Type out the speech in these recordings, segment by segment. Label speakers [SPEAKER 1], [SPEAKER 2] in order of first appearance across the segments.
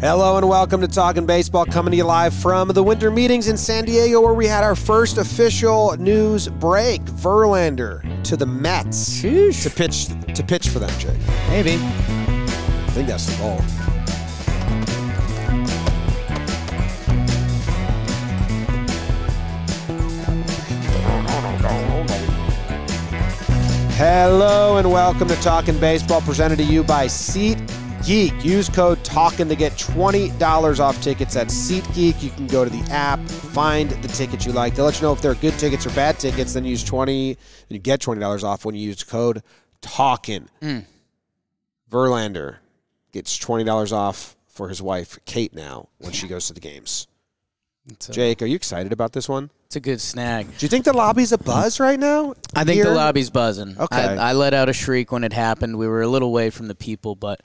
[SPEAKER 1] Hello and welcome to Talking Baseball, coming to you live from the winter meetings in San Diego, where we had our first official news break. Verlander to the Mets
[SPEAKER 2] Sheesh.
[SPEAKER 1] to pitch to pitch for them. Jake,
[SPEAKER 2] Maybe.
[SPEAKER 1] I think that's the goal. Hello and welcome to Talking Baseball, presented to you by Seat Geek. Use code Talking to get $20 off tickets at SeatGeek. You can go to the app, find the tickets you like. They'll let you know if they're good tickets or bad tickets, then use 20 and you get $20 off when you use code Talking. Verlander gets $20 off for his wife, Kate, now when she goes to the games.
[SPEAKER 2] It's a,
[SPEAKER 1] Jake, are you excited about this one?
[SPEAKER 2] it's a good snag.
[SPEAKER 1] Do you think the lobby's a buzz right now?
[SPEAKER 2] I think the
[SPEAKER 1] Here?
[SPEAKER 2] lobby's buzzing.
[SPEAKER 1] Okay.
[SPEAKER 2] I, I let out a shriek when it happened. We were a little away from the people, but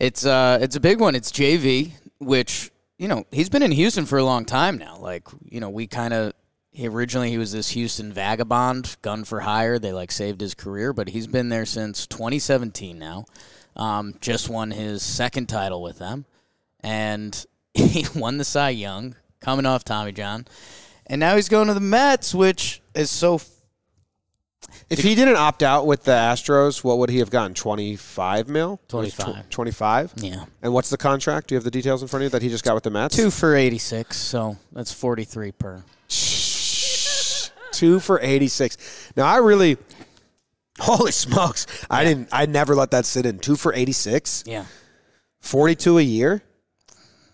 [SPEAKER 2] it's uh it's a big one. It's JV, which you know he's been in Houston for a long time now. Like you know we kind of he originally he was this Houston vagabond, gun for hire. They like saved his career, but he's been there since 2017 now. Um, just won his second title with them, and he won the Cy Young, coming off Tommy John, and now he's going to the Mets, which is so
[SPEAKER 1] If he didn't opt out with the Astros, what would he have gotten? 25 mil?
[SPEAKER 2] 25.
[SPEAKER 1] 25?
[SPEAKER 2] yeah.
[SPEAKER 1] And what's the contract? Do you have the details in front of you that he just got with the Mets?
[SPEAKER 2] Two for 86, so that's 43 per.
[SPEAKER 1] Two for 86. Now, I really. Holy smokes. I didn't. I never let that sit in. Two for 86?
[SPEAKER 2] Yeah.
[SPEAKER 1] 42 a year?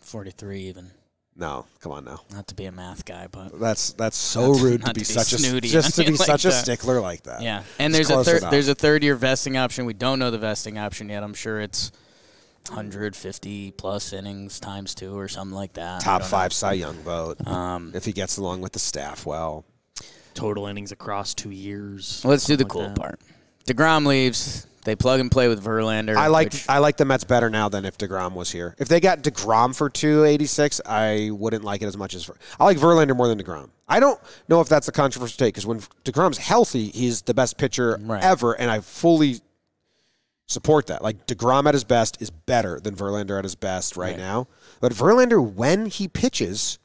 [SPEAKER 2] 43 even.
[SPEAKER 1] No, come on now.
[SPEAKER 2] Not to be a math guy, but
[SPEAKER 1] That's that's so rude to
[SPEAKER 2] not
[SPEAKER 1] be,
[SPEAKER 2] to be
[SPEAKER 1] such
[SPEAKER 2] snooty
[SPEAKER 1] a just to
[SPEAKER 2] on
[SPEAKER 1] be
[SPEAKER 2] you like
[SPEAKER 1] such a
[SPEAKER 2] that.
[SPEAKER 1] stickler like that.
[SPEAKER 2] yeah. And
[SPEAKER 1] It's
[SPEAKER 2] there's a
[SPEAKER 1] close
[SPEAKER 2] third
[SPEAKER 1] enough.
[SPEAKER 2] there's a third year vesting option. We don't know the vesting option yet. I'm sure it's 150 plus innings times 2 or something like that. I
[SPEAKER 1] top
[SPEAKER 2] don't know.
[SPEAKER 1] five Cy Young vote.
[SPEAKER 2] Um,
[SPEAKER 1] if he gets along with the staff, well,
[SPEAKER 3] total innings across two years.
[SPEAKER 2] Let's do the
[SPEAKER 3] something
[SPEAKER 2] cool
[SPEAKER 3] like that.
[SPEAKER 2] part. DeGrom leaves. They plug and play with Verlander.
[SPEAKER 1] I like
[SPEAKER 2] which-
[SPEAKER 1] I like the Mets better now than if Degrom was here. If they got Degrom for two eighty six, I wouldn't like it as much as Ver- I like Verlander more than Degrom. I don't know if that's a controversial take because when Degrom's healthy, he's the best pitcher
[SPEAKER 2] Right.
[SPEAKER 1] ever, and I fully support that. Like Degrom at his best is better than Verlander at his best right, now. But Verlander, when he pitches,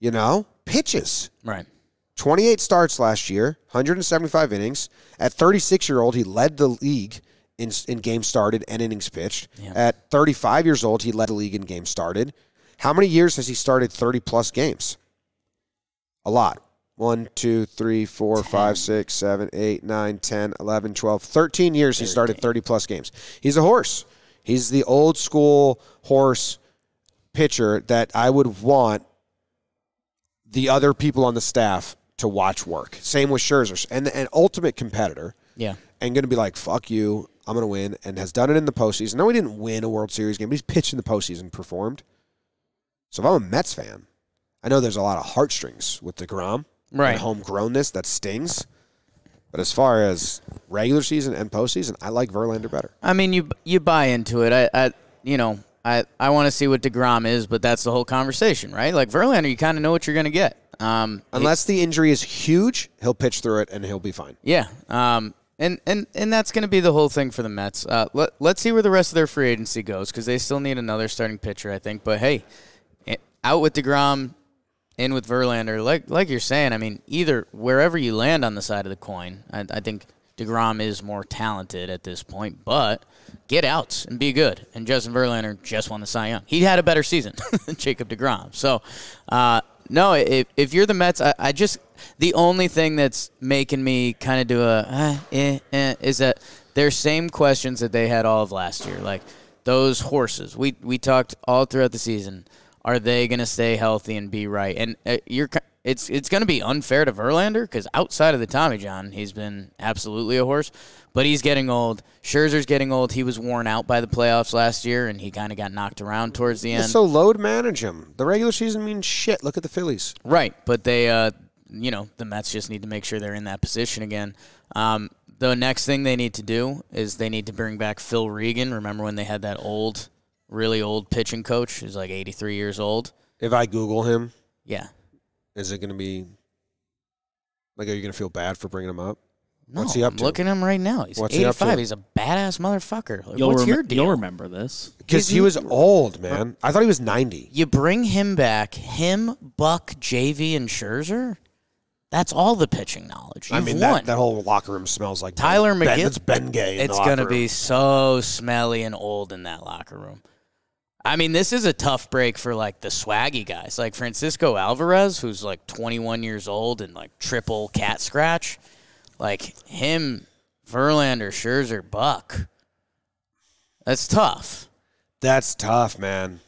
[SPEAKER 1] you know, pitches.
[SPEAKER 2] Right.
[SPEAKER 1] 28 starts last year, 175 innings. At 36 year old, he led the league in, in games started and innings pitched.
[SPEAKER 2] Yeah.
[SPEAKER 1] At 35 years old, he led the league in games started. How many years has he started 30 plus games? A lot. 1, 2, 3, 4, 5, 6, 7, 8, 9, 10, 11, 12, 13 years he started 30 plus games. He's a horse. He's the old school horse pitcher that I would want the other people on the staff to watch work. Same with Scherzer, and an ultimate competitor,
[SPEAKER 2] Yeah.
[SPEAKER 1] and going to be like, "Fuck you, I'm going to win," and has done it in the postseason. No, he didn't win a World Series game, but he's pitched in the postseason, and performed. So if I'm a Mets fan, I know there's a lot of heartstrings with Degrom,
[SPEAKER 2] Right.
[SPEAKER 1] and Homegrownness that stings. But as far as regular season and postseason, I like Verlander better.
[SPEAKER 2] I mean, you you buy into it. I, I you know, I, I want to see what Degrom is, but that's the whole conversation, right? Like Verlander, you kind of know what you're going to get. Um,
[SPEAKER 1] Unless the injury is huge, he'll pitch through it and he'll be fine.
[SPEAKER 2] yeah. Um, and and and that's going to be the whole thing for the Mets. Uh, let let's see where the rest of their free agency goes because they still need another starting pitcher, I think. But hey, eh, out with Degrom, in with Verlander. Like like you're saying, I mean, either wherever you land on the side of the coin, I, I think Degrom is more talented at this point. But get outs and be good. And Justin Verlander just won the Cy Young. He had a better season than Jacob Degrom. So, uh, no, if if you're the Mets, I, I just the only thing that's making me kind of do a uh, eh, eh, is that their same questions that they had all of last year, like. Those horses. We we talked all throughout the season are they going to stay healthy and be right? And uh, you're ki- it's it's going to be unfair to Verlander because outside of the Tommy John, he's been absolutely a horse, but he's getting old. Scherzer's getting old. He was worn out by the playoffs last year, and he kind of got knocked around towards the end.
[SPEAKER 1] So load manage him. The regular season means shit. Look at the Phillies.
[SPEAKER 2] Right, but they, uh, you know, the Mets just need to make sure they're in that position again. Um, the next thing they need to do is they need to bring back Phil Regan. Remember when they had that old, really old pitching coach who's like 83 years old?
[SPEAKER 1] If I Google him,
[SPEAKER 2] Yeah,
[SPEAKER 1] is it going to be like? Are you going to feel bad for bringing him up? What's he up to?
[SPEAKER 2] Look at him right now. He's
[SPEAKER 1] What's he up to?
[SPEAKER 2] 85. He's a badass motherfucker. Like,
[SPEAKER 3] You'll,
[SPEAKER 2] what's
[SPEAKER 3] rem-
[SPEAKER 2] your deal?
[SPEAKER 3] you'll remember this.
[SPEAKER 1] Because he was old, man. I thought he was 90.
[SPEAKER 2] You bring him back, him, Buck, JV, and Scherzer. That's all the pitching knowledge.
[SPEAKER 1] I
[SPEAKER 2] You've
[SPEAKER 1] mean,
[SPEAKER 2] won.
[SPEAKER 1] that, that whole locker room smells like
[SPEAKER 2] Tyler
[SPEAKER 1] ben, Ben,
[SPEAKER 2] McGill-
[SPEAKER 1] it's Ben Gay. in the
[SPEAKER 2] it's
[SPEAKER 1] locker
[SPEAKER 2] going to
[SPEAKER 1] room.
[SPEAKER 2] be so smelly and old in that locker room. I mean, this is a tough break for like the swaggy guys, like Francisco Alvarez, who's like 21 years old and like triple cat scratch. Like him, Verlander, Scherzer, Buck. That's tough.
[SPEAKER 1] That's tough, man.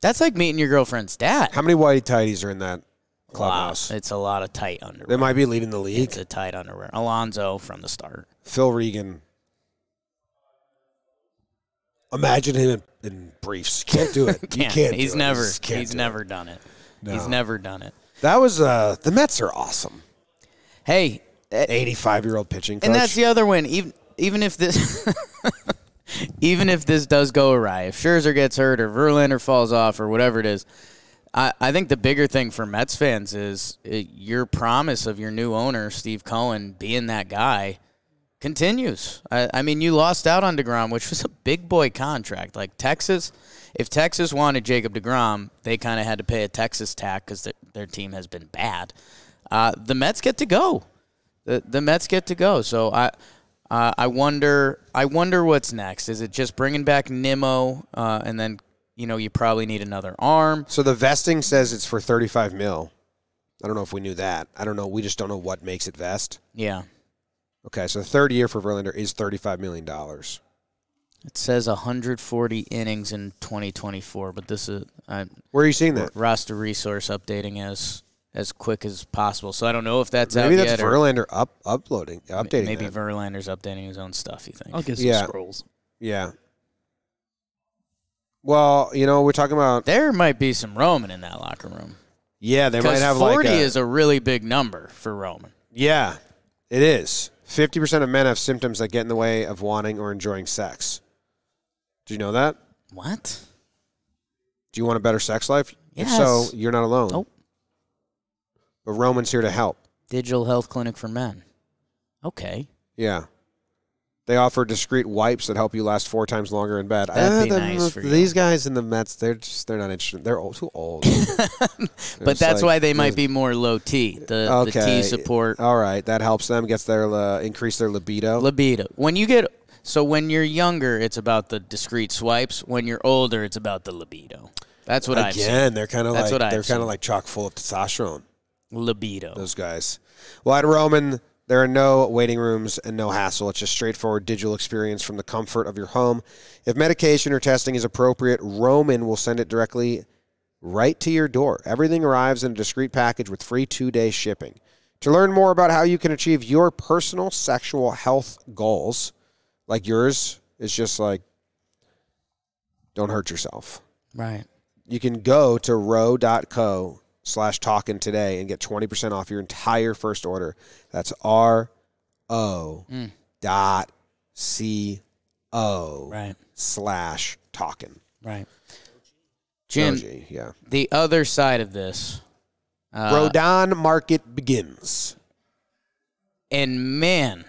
[SPEAKER 2] That's like meeting your girlfriend's dad.
[SPEAKER 1] How many white tighties are in that
[SPEAKER 2] Wow,
[SPEAKER 1] clubhouse?
[SPEAKER 2] it's a lot of tight underwear.
[SPEAKER 1] They might be leading the league.
[SPEAKER 2] It's a tight underwear. Alonzo from the start.
[SPEAKER 1] Phil Regan. Imagine him in, in briefs. Can't do it. You
[SPEAKER 2] Can't.
[SPEAKER 1] can't
[SPEAKER 2] he's
[SPEAKER 1] do it.
[SPEAKER 2] never.
[SPEAKER 1] Just can't
[SPEAKER 2] he's
[SPEAKER 1] do it.
[SPEAKER 2] never done it. He's
[SPEAKER 1] No.
[SPEAKER 2] never done it.
[SPEAKER 1] That was uh the Mets are awesome.
[SPEAKER 2] Hey, eh,
[SPEAKER 1] Eighty five year old pitching coach.
[SPEAKER 2] and that's the other win. Even even if this, even if this does go awry, if Scherzer gets hurt or Verlander falls off or whatever it is, I, I think the bigger thing for Mets fans is eh, your promise of your new owner Steve Cohen being that guy continues. I, I mean, you lost out on Degrom, which was a big boy contract. Like Texas, if Texas wanted Jacob Degrom, they kind of had to pay a Texas tax because their, their team has been bad. Uh, the Mets get to go. The the Mets get to go. So I. Uh, I wonder. I wonder what's next. Is it just bringing back Nimmo, uh, and then you know you probably need another arm?
[SPEAKER 1] so the vesting says it's for thirty five mil. I don't know if we knew that. I don't know. We just don't know what makes it vest.
[SPEAKER 2] Yeah,
[SPEAKER 1] Okay, so the third year for Verlander is thirty five million dollars.
[SPEAKER 2] it says 140 innings in 2024, but this is I,
[SPEAKER 1] Where are you seeing that?
[SPEAKER 2] roster resource updating as as quick as possible. So I don't know if that's
[SPEAKER 1] Maybe
[SPEAKER 2] out
[SPEAKER 1] that's
[SPEAKER 2] yet. or
[SPEAKER 1] Verlander up uploading updating.
[SPEAKER 2] maybe
[SPEAKER 1] that.
[SPEAKER 2] Verlander's updating his own stuff. You think?
[SPEAKER 3] I'll get some
[SPEAKER 1] Yeah.
[SPEAKER 3] scrolls.
[SPEAKER 1] yeah. Well, you know, we're talking about
[SPEAKER 2] There might be some Roman in that locker room.
[SPEAKER 1] yeah, they might
[SPEAKER 2] Because
[SPEAKER 1] have like
[SPEAKER 2] 40
[SPEAKER 1] a,
[SPEAKER 2] is a really big number for Roman.
[SPEAKER 1] Yeah, it is. 50% of men have symptoms that get in the way of wanting or enjoying sex. Do you know that?
[SPEAKER 2] What?
[SPEAKER 1] Do you want a better sex life? If
[SPEAKER 2] Yes.
[SPEAKER 1] so, you're not alone.
[SPEAKER 2] Nope.
[SPEAKER 1] But Roman's here to help.
[SPEAKER 2] Digital health clinic for men. Okay.
[SPEAKER 1] Yeah. They offer discreet wipes that help you last four times longer in bed. Ah,
[SPEAKER 2] That'd be
[SPEAKER 1] the-
[SPEAKER 2] nice for you.
[SPEAKER 1] These guys in the Mets, they're just they're not interested. They're old, too old.
[SPEAKER 2] But that's why they might be more low T. The, the T support
[SPEAKER 1] All right, that helps them. Gets their uh, increase their libido.
[SPEAKER 2] libido. When you get so when you're younger, it's about the discreet swipes. When you're older, it's about the libido. That's what I've seen.
[SPEAKER 1] Again, they're kind of
[SPEAKER 2] That's
[SPEAKER 1] like
[SPEAKER 2] what I've
[SPEAKER 1] they're kind
[SPEAKER 2] seen.
[SPEAKER 1] of like chock full of testosterone.
[SPEAKER 2] Libido.
[SPEAKER 1] those guys. Well, at Roman, there are no waiting rooms and no hassle. It's a straightforward digital experience from the comfort of your home. If medication or testing is appropriate, Roman will send it directly right to your door. Everything arrives in a discreet package with free two day shipping. To learn more about how you can achieve your personal sexual health goals, like yours is just like, don't hurt yourself
[SPEAKER 2] Right.
[SPEAKER 1] you can go to row.co slash talking today and get 20% off your entire first order. That's R O
[SPEAKER 2] Mm.
[SPEAKER 1] dot C O
[SPEAKER 2] Right.
[SPEAKER 1] slash talking.
[SPEAKER 2] Right. Jim,
[SPEAKER 1] OG, yeah.
[SPEAKER 2] the other side of this, uh,
[SPEAKER 1] Rodon market begins.
[SPEAKER 2] and man,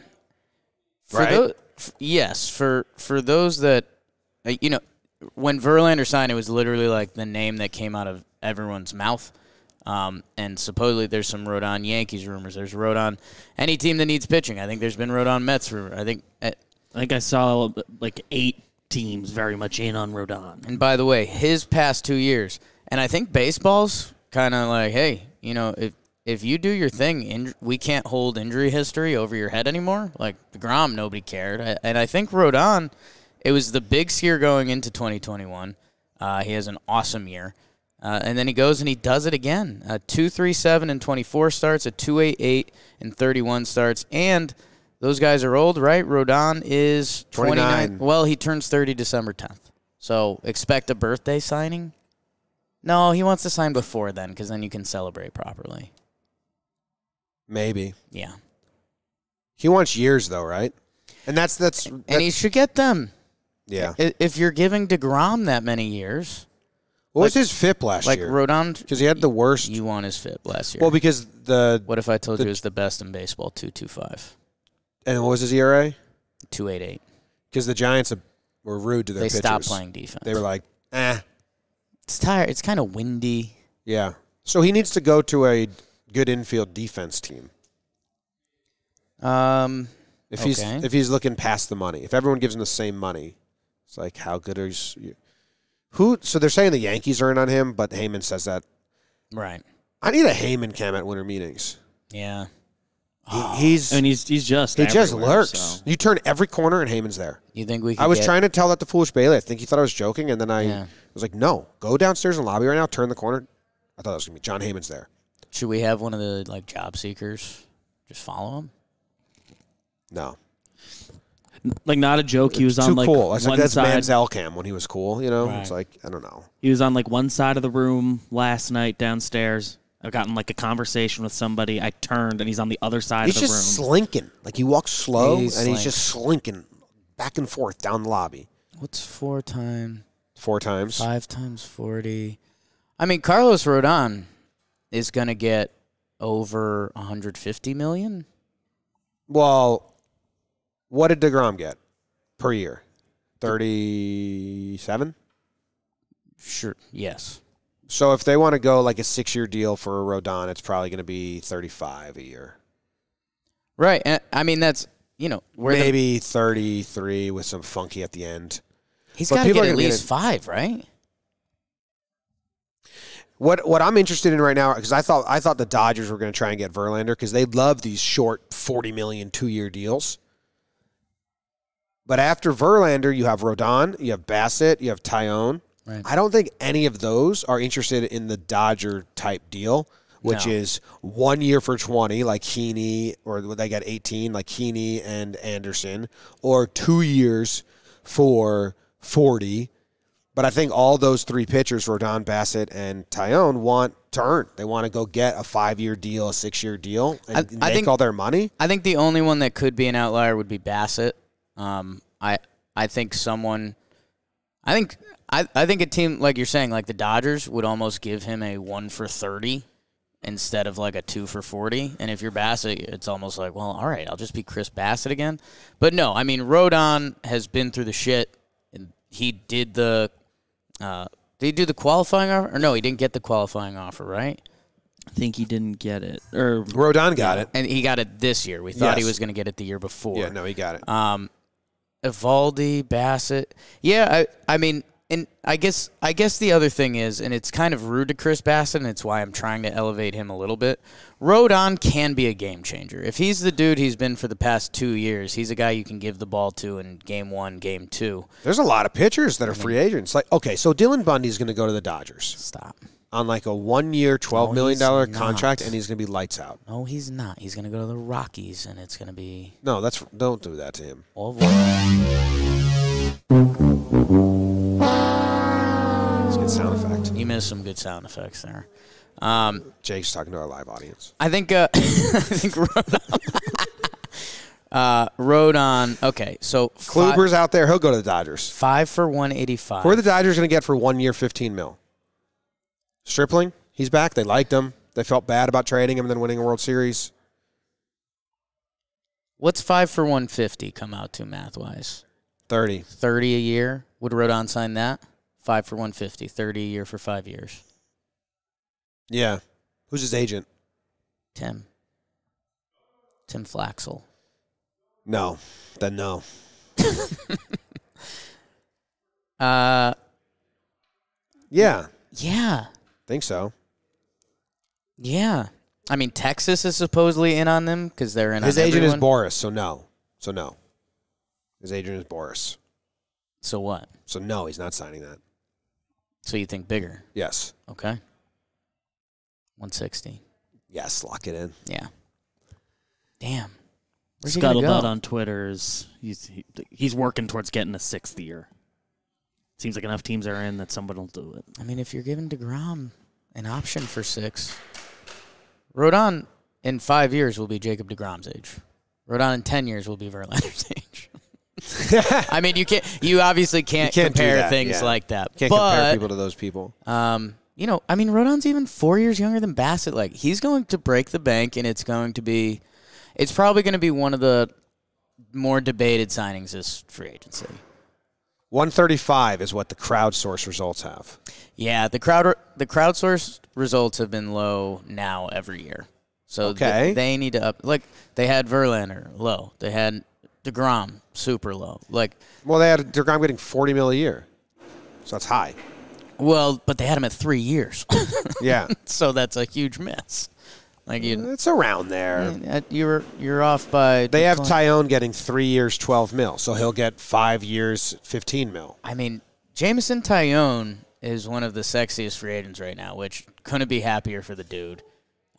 [SPEAKER 2] for
[SPEAKER 1] Right?
[SPEAKER 2] tho- f- yes, for for those that uh, you know, when Verlander signed, it was literally like the name that came out of everyone's mouth. Um, and supposedly there's some Rodon Yankees rumors. There's Rodon any team that needs pitching. I think there's been Rodon Mets rumor. I think uh,
[SPEAKER 3] I think I saw like eight teams very much in on Rodon.
[SPEAKER 2] And by the way, his past two years, and I think baseball's kind of like, hey, you know, if if you do your thing, in, we can't hold injury history over your head anymore. Like Degrom, nobody cared, I, and I think Rodon, it was the big scare going into 2021. Uh, he has an awesome year. Uh, and then he goes and he does it again. Uh, A 237 and 24 starts, a 288 and 31 starts. And those guys are old, right? Rodon is 29.
[SPEAKER 1] 29.
[SPEAKER 2] Well, he turns 30 December 10th. So expect a birthday signing? No, he wants to sign before then because then you can celebrate properly.
[SPEAKER 1] Maybe.
[SPEAKER 2] Yeah.
[SPEAKER 1] He wants years though, right? And that's that's,
[SPEAKER 2] And he
[SPEAKER 1] that's-
[SPEAKER 2] should get them.
[SPEAKER 1] yeah.
[SPEAKER 2] I- If you're giving DeGrom that many years,
[SPEAKER 1] What was his FIP last
[SPEAKER 2] like
[SPEAKER 1] year?
[SPEAKER 2] Rodon,
[SPEAKER 1] Because he had the worst.
[SPEAKER 2] you want his fit last year.
[SPEAKER 1] well, because the
[SPEAKER 2] what if I told
[SPEAKER 1] the-
[SPEAKER 2] you it was the best in baseball, 225?
[SPEAKER 1] And what was his E ERA?
[SPEAKER 2] Two eight eight.
[SPEAKER 1] Because the Giants uh, were rude to their
[SPEAKER 2] They
[SPEAKER 1] pitchers.
[SPEAKER 2] stopped playing defense.
[SPEAKER 1] They were like, eh,
[SPEAKER 2] it's tired. It's kind of windy.
[SPEAKER 1] yeah. So he needs to go to a good infield defense team
[SPEAKER 2] Um,
[SPEAKER 1] if he's
[SPEAKER 2] Okay.
[SPEAKER 1] if he's looking past the money. If everyone gives him the same money, it's like how good is you? Who? So they're saying the Yankees are in on him, but Heyman says that
[SPEAKER 2] right.
[SPEAKER 1] I need a Heyman cam at winter meetings.
[SPEAKER 2] Yeah.
[SPEAKER 1] He,
[SPEAKER 2] Oh,
[SPEAKER 1] he's
[SPEAKER 3] I mean, he's he's just
[SPEAKER 1] he just
[SPEAKER 3] everywhere,
[SPEAKER 1] lurks.
[SPEAKER 3] so.
[SPEAKER 1] You turn every corner and Heyman's there.
[SPEAKER 2] You think we? Could
[SPEAKER 1] I was
[SPEAKER 2] get-
[SPEAKER 1] trying to tell that to Foolish Bailey. I think he thought I was joking, and then I
[SPEAKER 2] Yeah.
[SPEAKER 1] was like, "No, go downstairs and lobby right now. Turn the corner." I thought it was gonna be John Heyman's there.
[SPEAKER 2] Should we have one of the like job seekers just follow him?
[SPEAKER 1] No,
[SPEAKER 3] Like not a joke. He was on
[SPEAKER 1] too
[SPEAKER 3] like
[SPEAKER 1] cool. That's,
[SPEAKER 3] one
[SPEAKER 1] like, that's
[SPEAKER 3] side.
[SPEAKER 1] Manziel cam when he was cool. You know, it's like
[SPEAKER 2] Right.
[SPEAKER 1] I don't know.
[SPEAKER 3] He was on like one side of the room last night downstairs. I got in like a conversation with somebody. I turned and he's on the other side
[SPEAKER 1] He's
[SPEAKER 3] of the
[SPEAKER 1] just
[SPEAKER 3] room.
[SPEAKER 1] slinking. Like he walks slow,
[SPEAKER 2] He
[SPEAKER 1] and he's just slinking back and forth down the lobby
[SPEAKER 2] What's four times?
[SPEAKER 1] four times.
[SPEAKER 2] Five times 40. I mean, Carlos Rodon is going to get over 150 million.
[SPEAKER 1] Well, what did Degrom get per year? Thirty-seven.
[SPEAKER 2] Sure. Yes.
[SPEAKER 1] So if they want to go like a six-year deal for a Rodon, it's probably going to be thirty-five a year.
[SPEAKER 2] Right. And, I mean, that's, you know, where the-
[SPEAKER 1] maybe 33 with some funky at the end.
[SPEAKER 2] he's
[SPEAKER 1] but
[SPEAKER 2] got to
[SPEAKER 1] people
[SPEAKER 2] get
[SPEAKER 1] are
[SPEAKER 2] at
[SPEAKER 1] gonna get
[SPEAKER 2] least
[SPEAKER 1] it.
[SPEAKER 2] five, right?
[SPEAKER 1] What what I'm interested in right now because I thought I thought the Dodgers were going to try and get Verlander because they love these short 40 million two year deals. But after Verlander, you have Rodon, you have Bassett, you have Tyone.
[SPEAKER 2] Right.
[SPEAKER 1] I don't think any of those are interested in the Dodger type deal, which
[SPEAKER 2] No.
[SPEAKER 1] is one year for 20, like Heaney, or they got 18, like Heaney and Anderson, or two years for 40. But I think all those three pitchers, Rodon, Bassett, and Tyone, want to earn. They want to go get a five year deal, a six year deal, and
[SPEAKER 2] I-
[SPEAKER 1] make
[SPEAKER 2] I think-
[SPEAKER 1] all their money.
[SPEAKER 2] I think the only one that could be an outlier would be Bassett. Um, I I think someone, I think I, I think a team like you're saying, like the Dodgers, would almost give him a one for thirty instead of like a two for forty. And if you're Bassett, it's almost like, well, all right, I'll just be Chris Bassett again. But no, I mean Rodon has been through the shit. And he did the, uh, did he do the qualifying offer? Or no, he didn't get the qualifying offer, right?
[SPEAKER 3] I think he didn't get it. Or
[SPEAKER 1] Rodon got it.
[SPEAKER 2] And he got it this year. We thought he
[SPEAKER 1] Yes.
[SPEAKER 2] was going to get it the year before.
[SPEAKER 1] Yeah, no, he got it.
[SPEAKER 2] Um, Evaldi, Bassett. Yeah, I, I mean, and I guess I guess the other thing is, and it's kind of rude to Chris Bassett, and it's why I'm trying to elevate him a little bit. Rodon can be a game changer if he's the dude he's been for the past two years. He's a guy you can give the ball to in game one, game two.
[SPEAKER 1] There's a lot of pitchers that are free agents. Like, okay, so Dylan Bundy's going to go to the Dodgers
[SPEAKER 2] Stop.
[SPEAKER 1] on like a one year, twelve million
[SPEAKER 2] No,
[SPEAKER 1] dollar
[SPEAKER 2] Oh, he's
[SPEAKER 1] contract,
[SPEAKER 2] not.
[SPEAKER 1] and he's going to be lights out.
[SPEAKER 2] No, he's not. He's gonna go to the Rockies, and it's gonna be
[SPEAKER 1] No, that's don't do that to him.
[SPEAKER 2] all. Right.
[SPEAKER 1] It's a good sound effect.
[SPEAKER 2] You missed some good sound effects there. Um,
[SPEAKER 1] Jake's talking to our live audience.
[SPEAKER 2] I think uh, I think Rodon. uh, Rodon. Okay, so fi-
[SPEAKER 1] Kluber's out there; he'll go to the Dodgers.
[SPEAKER 2] five for one eighty five.
[SPEAKER 1] Who are the Dodgers going to get for one year, fifteen mil? Stripling, he's back. They liked him. They felt bad about trading him and then winning a World Series.
[SPEAKER 2] What's five for one fifty come out to math wise?
[SPEAKER 1] Thirty.
[SPEAKER 2] Thirty a year. Would Rodon sign that? Five for 150, 30 a year for five years.
[SPEAKER 1] Yeah. Who's his agent?
[SPEAKER 2] Tim. Tim Flaxel.
[SPEAKER 1] No. Then no.
[SPEAKER 2] Uh,
[SPEAKER 1] Yeah,
[SPEAKER 2] yeah,
[SPEAKER 1] think so.
[SPEAKER 2] yeah. I mean, Texas is supposedly in on them because they're in.
[SPEAKER 1] His
[SPEAKER 2] on
[SPEAKER 1] agent is
[SPEAKER 2] everyone.
[SPEAKER 1] Boris, so no. So no. His agent is Boris.
[SPEAKER 2] So what?
[SPEAKER 1] So no, he's not signing that.
[SPEAKER 2] So you think bigger?
[SPEAKER 1] Yes.
[SPEAKER 2] Okay. One sixty.
[SPEAKER 1] Yes, lock it in.
[SPEAKER 2] Yeah. Damn. Where's he gonna
[SPEAKER 3] scuttlebutt
[SPEAKER 2] go?
[SPEAKER 3] on Twitter is he's he, he's working towards getting a sixth year. Seems like enough teams are in that someone will do it.
[SPEAKER 2] I mean, if you're giving Degrom an option for six, Rodon in five years will be Jacob Degrom's age. Rodon in ten years will be Verlander's age. I mean, you can't. You obviously can't,
[SPEAKER 1] You can't do
[SPEAKER 2] compare
[SPEAKER 1] that,
[SPEAKER 2] things
[SPEAKER 1] yeah.
[SPEAKER 2] like that.
[SPEAKER 1] Can't compare
[SPEAKER 2] but,
[SPEAKER 1] people to those people.
[SPEAKER 2] Um, you know, I mean, Rodon's even four years younger than Bassett. Like, he's going to break the bank, and it's going to be, it's probably going to be one of the more debated signings is free agency.
[SPEAKER 1] 135 is what the crowdsource results have.
[SPEAKER 2] Yeah, the crowd the crowdsourced results have been low now every year. So th-
[SPEAKER 1] Okay.
[SPEAKER 2] they need to up. Like they had Verlander low. They had Degrom super low. Like
[SPEAKER 1] Well, they had Degrom getting 40 mil a year, so that's high.
[SPEAKER 2] well, but they had him at three years.
[SPEAKER 1] Yeah,
[SPEAKER 2] so that's a huge miss. Like you,
[SPEAKER 1] it's around there.
[SPEAKER 2] you're you're off by.
[SPEAKER 1] Uh, They have Tyone getting three years, 12 mil, so he'll get five years, 15 mil.
[SPEAKER 2] I mean, Jameson Tyone is one of the sexiest free agents right now, which couldn't be happier for the dude.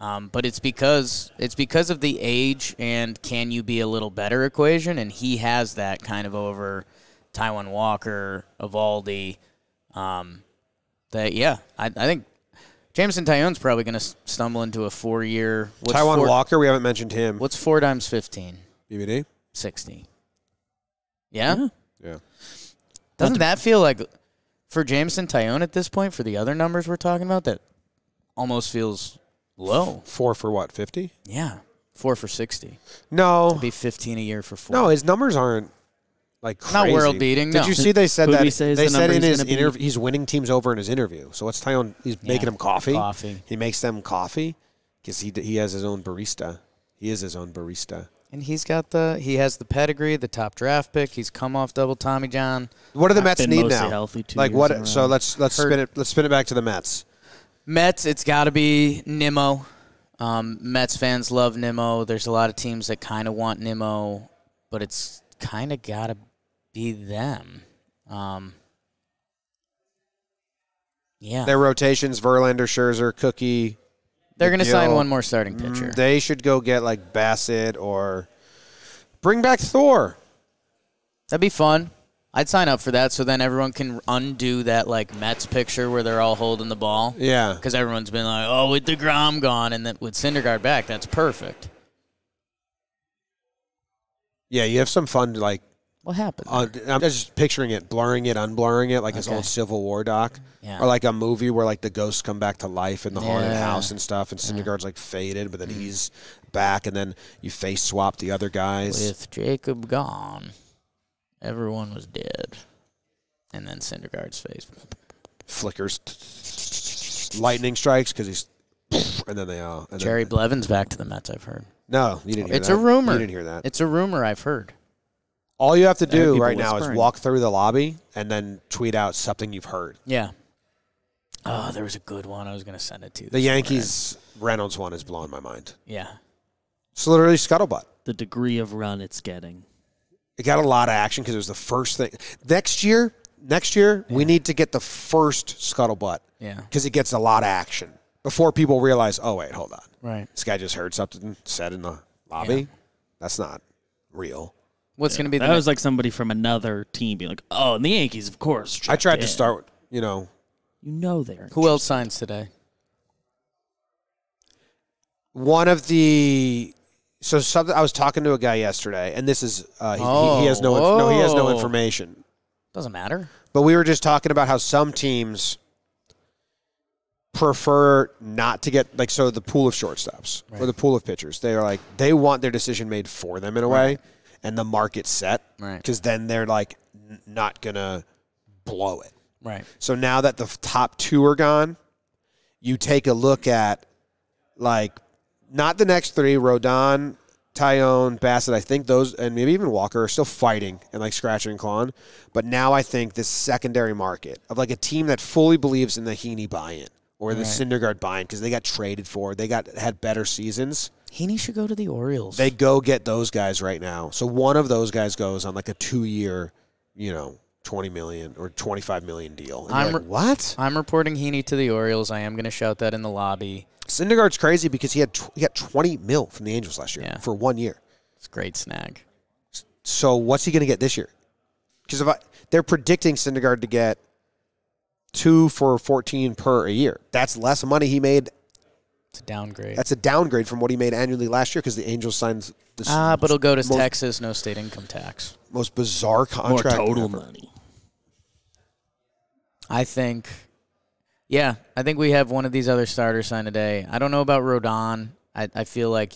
[SPEAKER 2] Um, but it's because it's because of the age and can you be a little better equation, and he has that kind of over Taiwan Walker, Evaldi. Um, that yeah, I, I think Jameson Tyone's probably going to stumble into a four-year. What's
[SPEAKER 1] Taiwan
[SPEAKER 2] four,
[SPEAKER 1] Walker, we haven't mentioned him.
[SPEAKER 2] What's four times 15?
[SPEAKER 1] BBD?
[SPEAKER 2] 60. Yeah?
[SPEAKER 1] Yeah.
[SPEAKER 2] Doesn't that feel like for Jameson Tyone at this point, for the other numbers we're talking about, that almost feels low?
[SPEAKER 1] Four for what, 50?
[SPEAKER 2] Yeah. Four for 60.
[SPEAKER 1] No.
[SPEAKER 2] Be 15 a year for four.
[SPEAKER 1] No, his numbers aren't like
[SPEAKER 2] Not
[SPEAKER 1] crazy.
[SPEAKER 2] world-beating,
[SPEAKER 1] Did
[SPEAKER 2] no.
[SPEAKER 1] you see they said
[SPEAKER 3] Who'd
[SPEAKER 1] that
[SPEAKER 3] we say is
[SPEAKER 1] they
[SPEAKER 3] the
[SPEAKER 1] said
[SPEAKER 3] number
[SPEAKER 1] in
[SPEAKER 3] he's
[SPEAKER 1] his
[SPEAKER 3] gonna be?
[SPEAKER 1] interview he's winning teams over in his interview. So what's Tyone? He's
[SPEAKER 2] Yeah.
[SPEAKER 1] making him coffee.
[SPEAKER 2] Coffee.
[SPEAKER 1] He makes them coffee because he d- he has his own barista. He is his own barista.
[SPEAKER 2] And he's got the, he has the pedigree, the top draft pick. He's come off double Tommy John.
[SPEAKER 1] What do the Mets
[SPEAKER 3] been
[SPEAKER 1] need
[SPEAKER 3] mostly
[SPEAKER 1] now?
[SPEAKER 3] healthy uh, two
[SPEAKER 1] like
[SPEAKER 3] years in a row.
[SPEAKER 1] what? So let's let's
[SPEAKER 2] Hurt.
[SPEAKER 1] spin it. Let's spin it back to the Mets.
[SPEAKER 2] Mets, it's got to be Nimmo. Um, Mets fans love Nimmo. There's a lot of teams that kind of want Nimmo, but it's kind of got to be them. Um, yeah, they're,
[SPEAKER 1] Their rotations: Verlander, Scherzer, Cookie.
[SPEAKER 2] going to sign
[SPEAKER 1] Gil-
[SPEAKER 2] one more starting pitcher.
[SPEAKER 1] Mm, They should go get like Bassett or bring back Thor.
[SPEAKER 2] That'd be fun. I'd sign up for that, so then everyone can undo that like Mets picture where they're all holding the ball.
[SPEAKER 1] Yeah.
[SPEAKER 2] because everyone's been like, "Oh, with Degrom gone and then with Syndergaard back, that's perfect."
[SPEAKER 1] Yeah. You have some fun like
[SPEAKER 2] What happened?
[SPEAKER 1] Uh, I'm just picturing it, blurring it, unblurring it, like his
[SPEAKER 2] Okay.
[SPEAKER 1] old Civil War doc,
[SPEAKER 2] Yeah.
[SPEAKER 1] or like a movie where like the ghosts come back to life in the haunted
[SPEAKER 2] Yeah. Mm-hmm.
[SPEAKER 1] house and stuff, and Syndergaard's like faded, but then he's back, and then you face swap the other guys.
[SPEAKER 2] With Jacob gone, everyone was dead. And then Syndergaard's face.
[SPEAKER 1] Flickers, lightning strikes because he's, and then they all. And
[SPEAKER 2] Jerry
[SPEAKER 1] Then,
[SPEAKER 2] Blevins back to the Mets, I've heard.
[SPEAKER 1] no, you didn't. Hear
[SPEAKER 2] It's
[SPEAKER 1] that.
[SPEAKER 2] a rumor.
[SPEAKER 1] You didn't hear that.
[SPEAKER 2] It's a rumor I've heard.
[SPEAKER 1] all you have to
[SPEAKER 3] There are
[SPEAKER 1] do
[SPEAKER 3] people
[SPEAKER 1] right now is
[SPEAKER 3] whispering.
[SPEAKER 1] walk through the lobby and then tweet out something you've heard.
[SPEAKER 2] Yeah. Oh, there was a good one. I was going to send it to you.
[SPEAKER 1] The Yankees Reynolds one is blowing my mind.
[SPEAKER 2] Yeah.
[SPEAKER 1] It's literally scuttlebutt.
[SPEAKER 3] The degree of run it's getting.
[SPEAKER 1] It got a lot of action because it was the first thing. Next year, next year we need to get the first scuttlebutt
[SPEAKER 2] Yeah.
[SPEAKER 1] because it gets a lot of action before people realize. Oh wait, hold on,
[SPEAKER 2] Right.
[SPEAKER 1] this guy just heard something said in the lobby. That's not real.
[SPEAKER 2] What's going to be the
[SPEAKER 3] That
[SPEAKER 2] next?
[SPEAKER 3] was like somebody from another team being like, "Oh, and the Yankees, of course."
[SPEAKER 1] I
[SPEAKER 3] checked
[SPEAKER 1] tried to
[SPEAKER 3] in."
[SPEAKER 1] start. You know,
[SPEAKER 3] You know they're
[SPEAKER 2] Who else signs today?
[SPEAKER 1] one of the so something. I was talking to a guy yesterday, and this is uh, he, he, he has no inf- no he has no
[SPEAKER 2] Oh.
[SPEAKER 1] information.
[SPEAKER 2] Doesn't matter.
[SPEAKER 1] But we were just talking about how some teams prefer not to get like so the pool of shortstops or the pool of pitchers. They are like they want their decision made for them in a way, and the market's set
[SPEAKER 2] Right.
[SPEAKER 1] because then they're like n- not gonna blow it.
[SPEAKER 2] Right.
[SPEAKER 1] So now that the f- top two are gone, you take a look at like not the next three, Rodon, Tyone, Bassett. I think those and maybe even Walker are still fighting and like scratching and clawing. But now I think this secondary market of like a team that fully believes in the Heaney buy-in or the Syndergaard buy-in because they got traded for, they got had better seasons.
[SPEAKER 2] Heaney should go to the Orioles.
[SPEAKER 1] They go get those guys right now. So one of those guys goes on like a two-year, you know. 20 million or 25 million deal. And you're
[SPEAKER 2] I'm
[SPEAKER 1] like,
[SPEAKER 2] re-
[SPEAKER 1] what?
[SPEAKER 2] I'm reporting Heaney to the Orioles. I am going to shout that in the lobby.
[SPEAKER 1] Syndergaard's crazy because he had tw- he got 20 mil from the Angels last year
[SPEAKER 2] Yeah.
[SPEAKER 1] for one year.
[SPEAKER 2] It's a great snag.
[SPEAKER 1] So what's he going to get this year? Because if I, they're predicting Syndergaard to get two for 14 per a year, that's less money he made.
[SPEAKER 2] It's a downgrade.
[SPEAKER 1] That's a downgrade from what he made annually last year because the Angels signed the s-
[SPEAKER 3] Uh,
[SPEAKER 2] Ah, but he'll go to
[SPEAKER 1] most-
[SPEAKER 2] Texas, no state income tax.
[SPEAKER 1] most bizarre
[SPEAKER 3] more
[SPEAKER 1] contract.
[SPEAKER 3] total
[SPEAKER 1] ever.
[SPEAKER 3] money.
[SPEAKER 2] I think, yeah, I think we have one of these other starters sign today. I don't know about Rodon. I, I feel like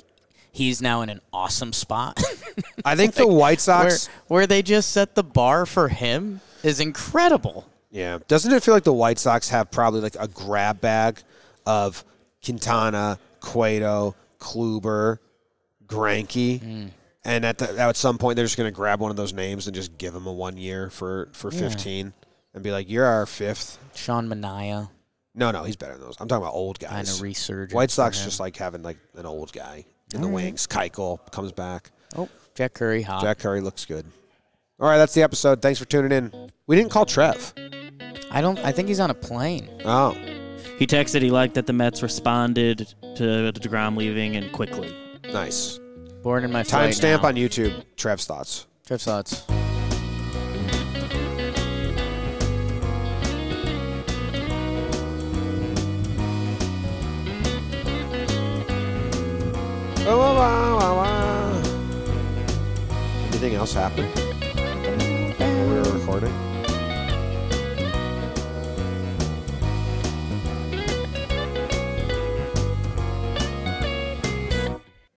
[SPEAKER 2] he's now in an awesome spot
[SPEAKER 1] I think the White
[SPEAKER 2] where,
[SPEAKER 1] Sox.
[SPEAKER 2] where they just set the bar for him is incredible.
[SPEAKER 1] Yeah. Doesn't it feel like the White Sox have probably like a grab bag of Quintana, Cueto, Kluber, Granky?
[SPEAKER 2] Mm.
[SPEAKER 1] And at, the, at some point, they're just going to grab one of those names and just give him a one year for, for 15 and be like, you're our fifth.
[SPEAKER 2] Sean Mania
[SPEAKER 1] No, no, he's better than those. I'm talking about old
[SPEAKER 2] kind
[SPEAKER 1] guys.
[SPEAKER 2] of resurgence.
[SPEAKER 1] White Sox just like having like an old guy in the wings. Keuchel comes back.
[SPEAKER 2] oh Jack Curry hot.
[SPEAKER 1] Jack Curry looks good. All right, that's the episode. Thanks for tuning in. We didn't call Trev.
[SPEAKER 2] I don't. I think he's on a plane.
[SPEAKER 1] Oh,
[SPEAKER 3] He texted he liked that the Mets responded to DeGrom leaving and quickly.
[SPEAKER 1] nice.
[SPEAKER 2] Born in my flight
[SPEAKER 1] Timestamp
[SPEAKER 2] now.
[SPEAKER 1] on YouTube. Trev's thoughts.
[SPEAKER 2] Trev's thoughts.
[SPEAKER 1] Anything else happened?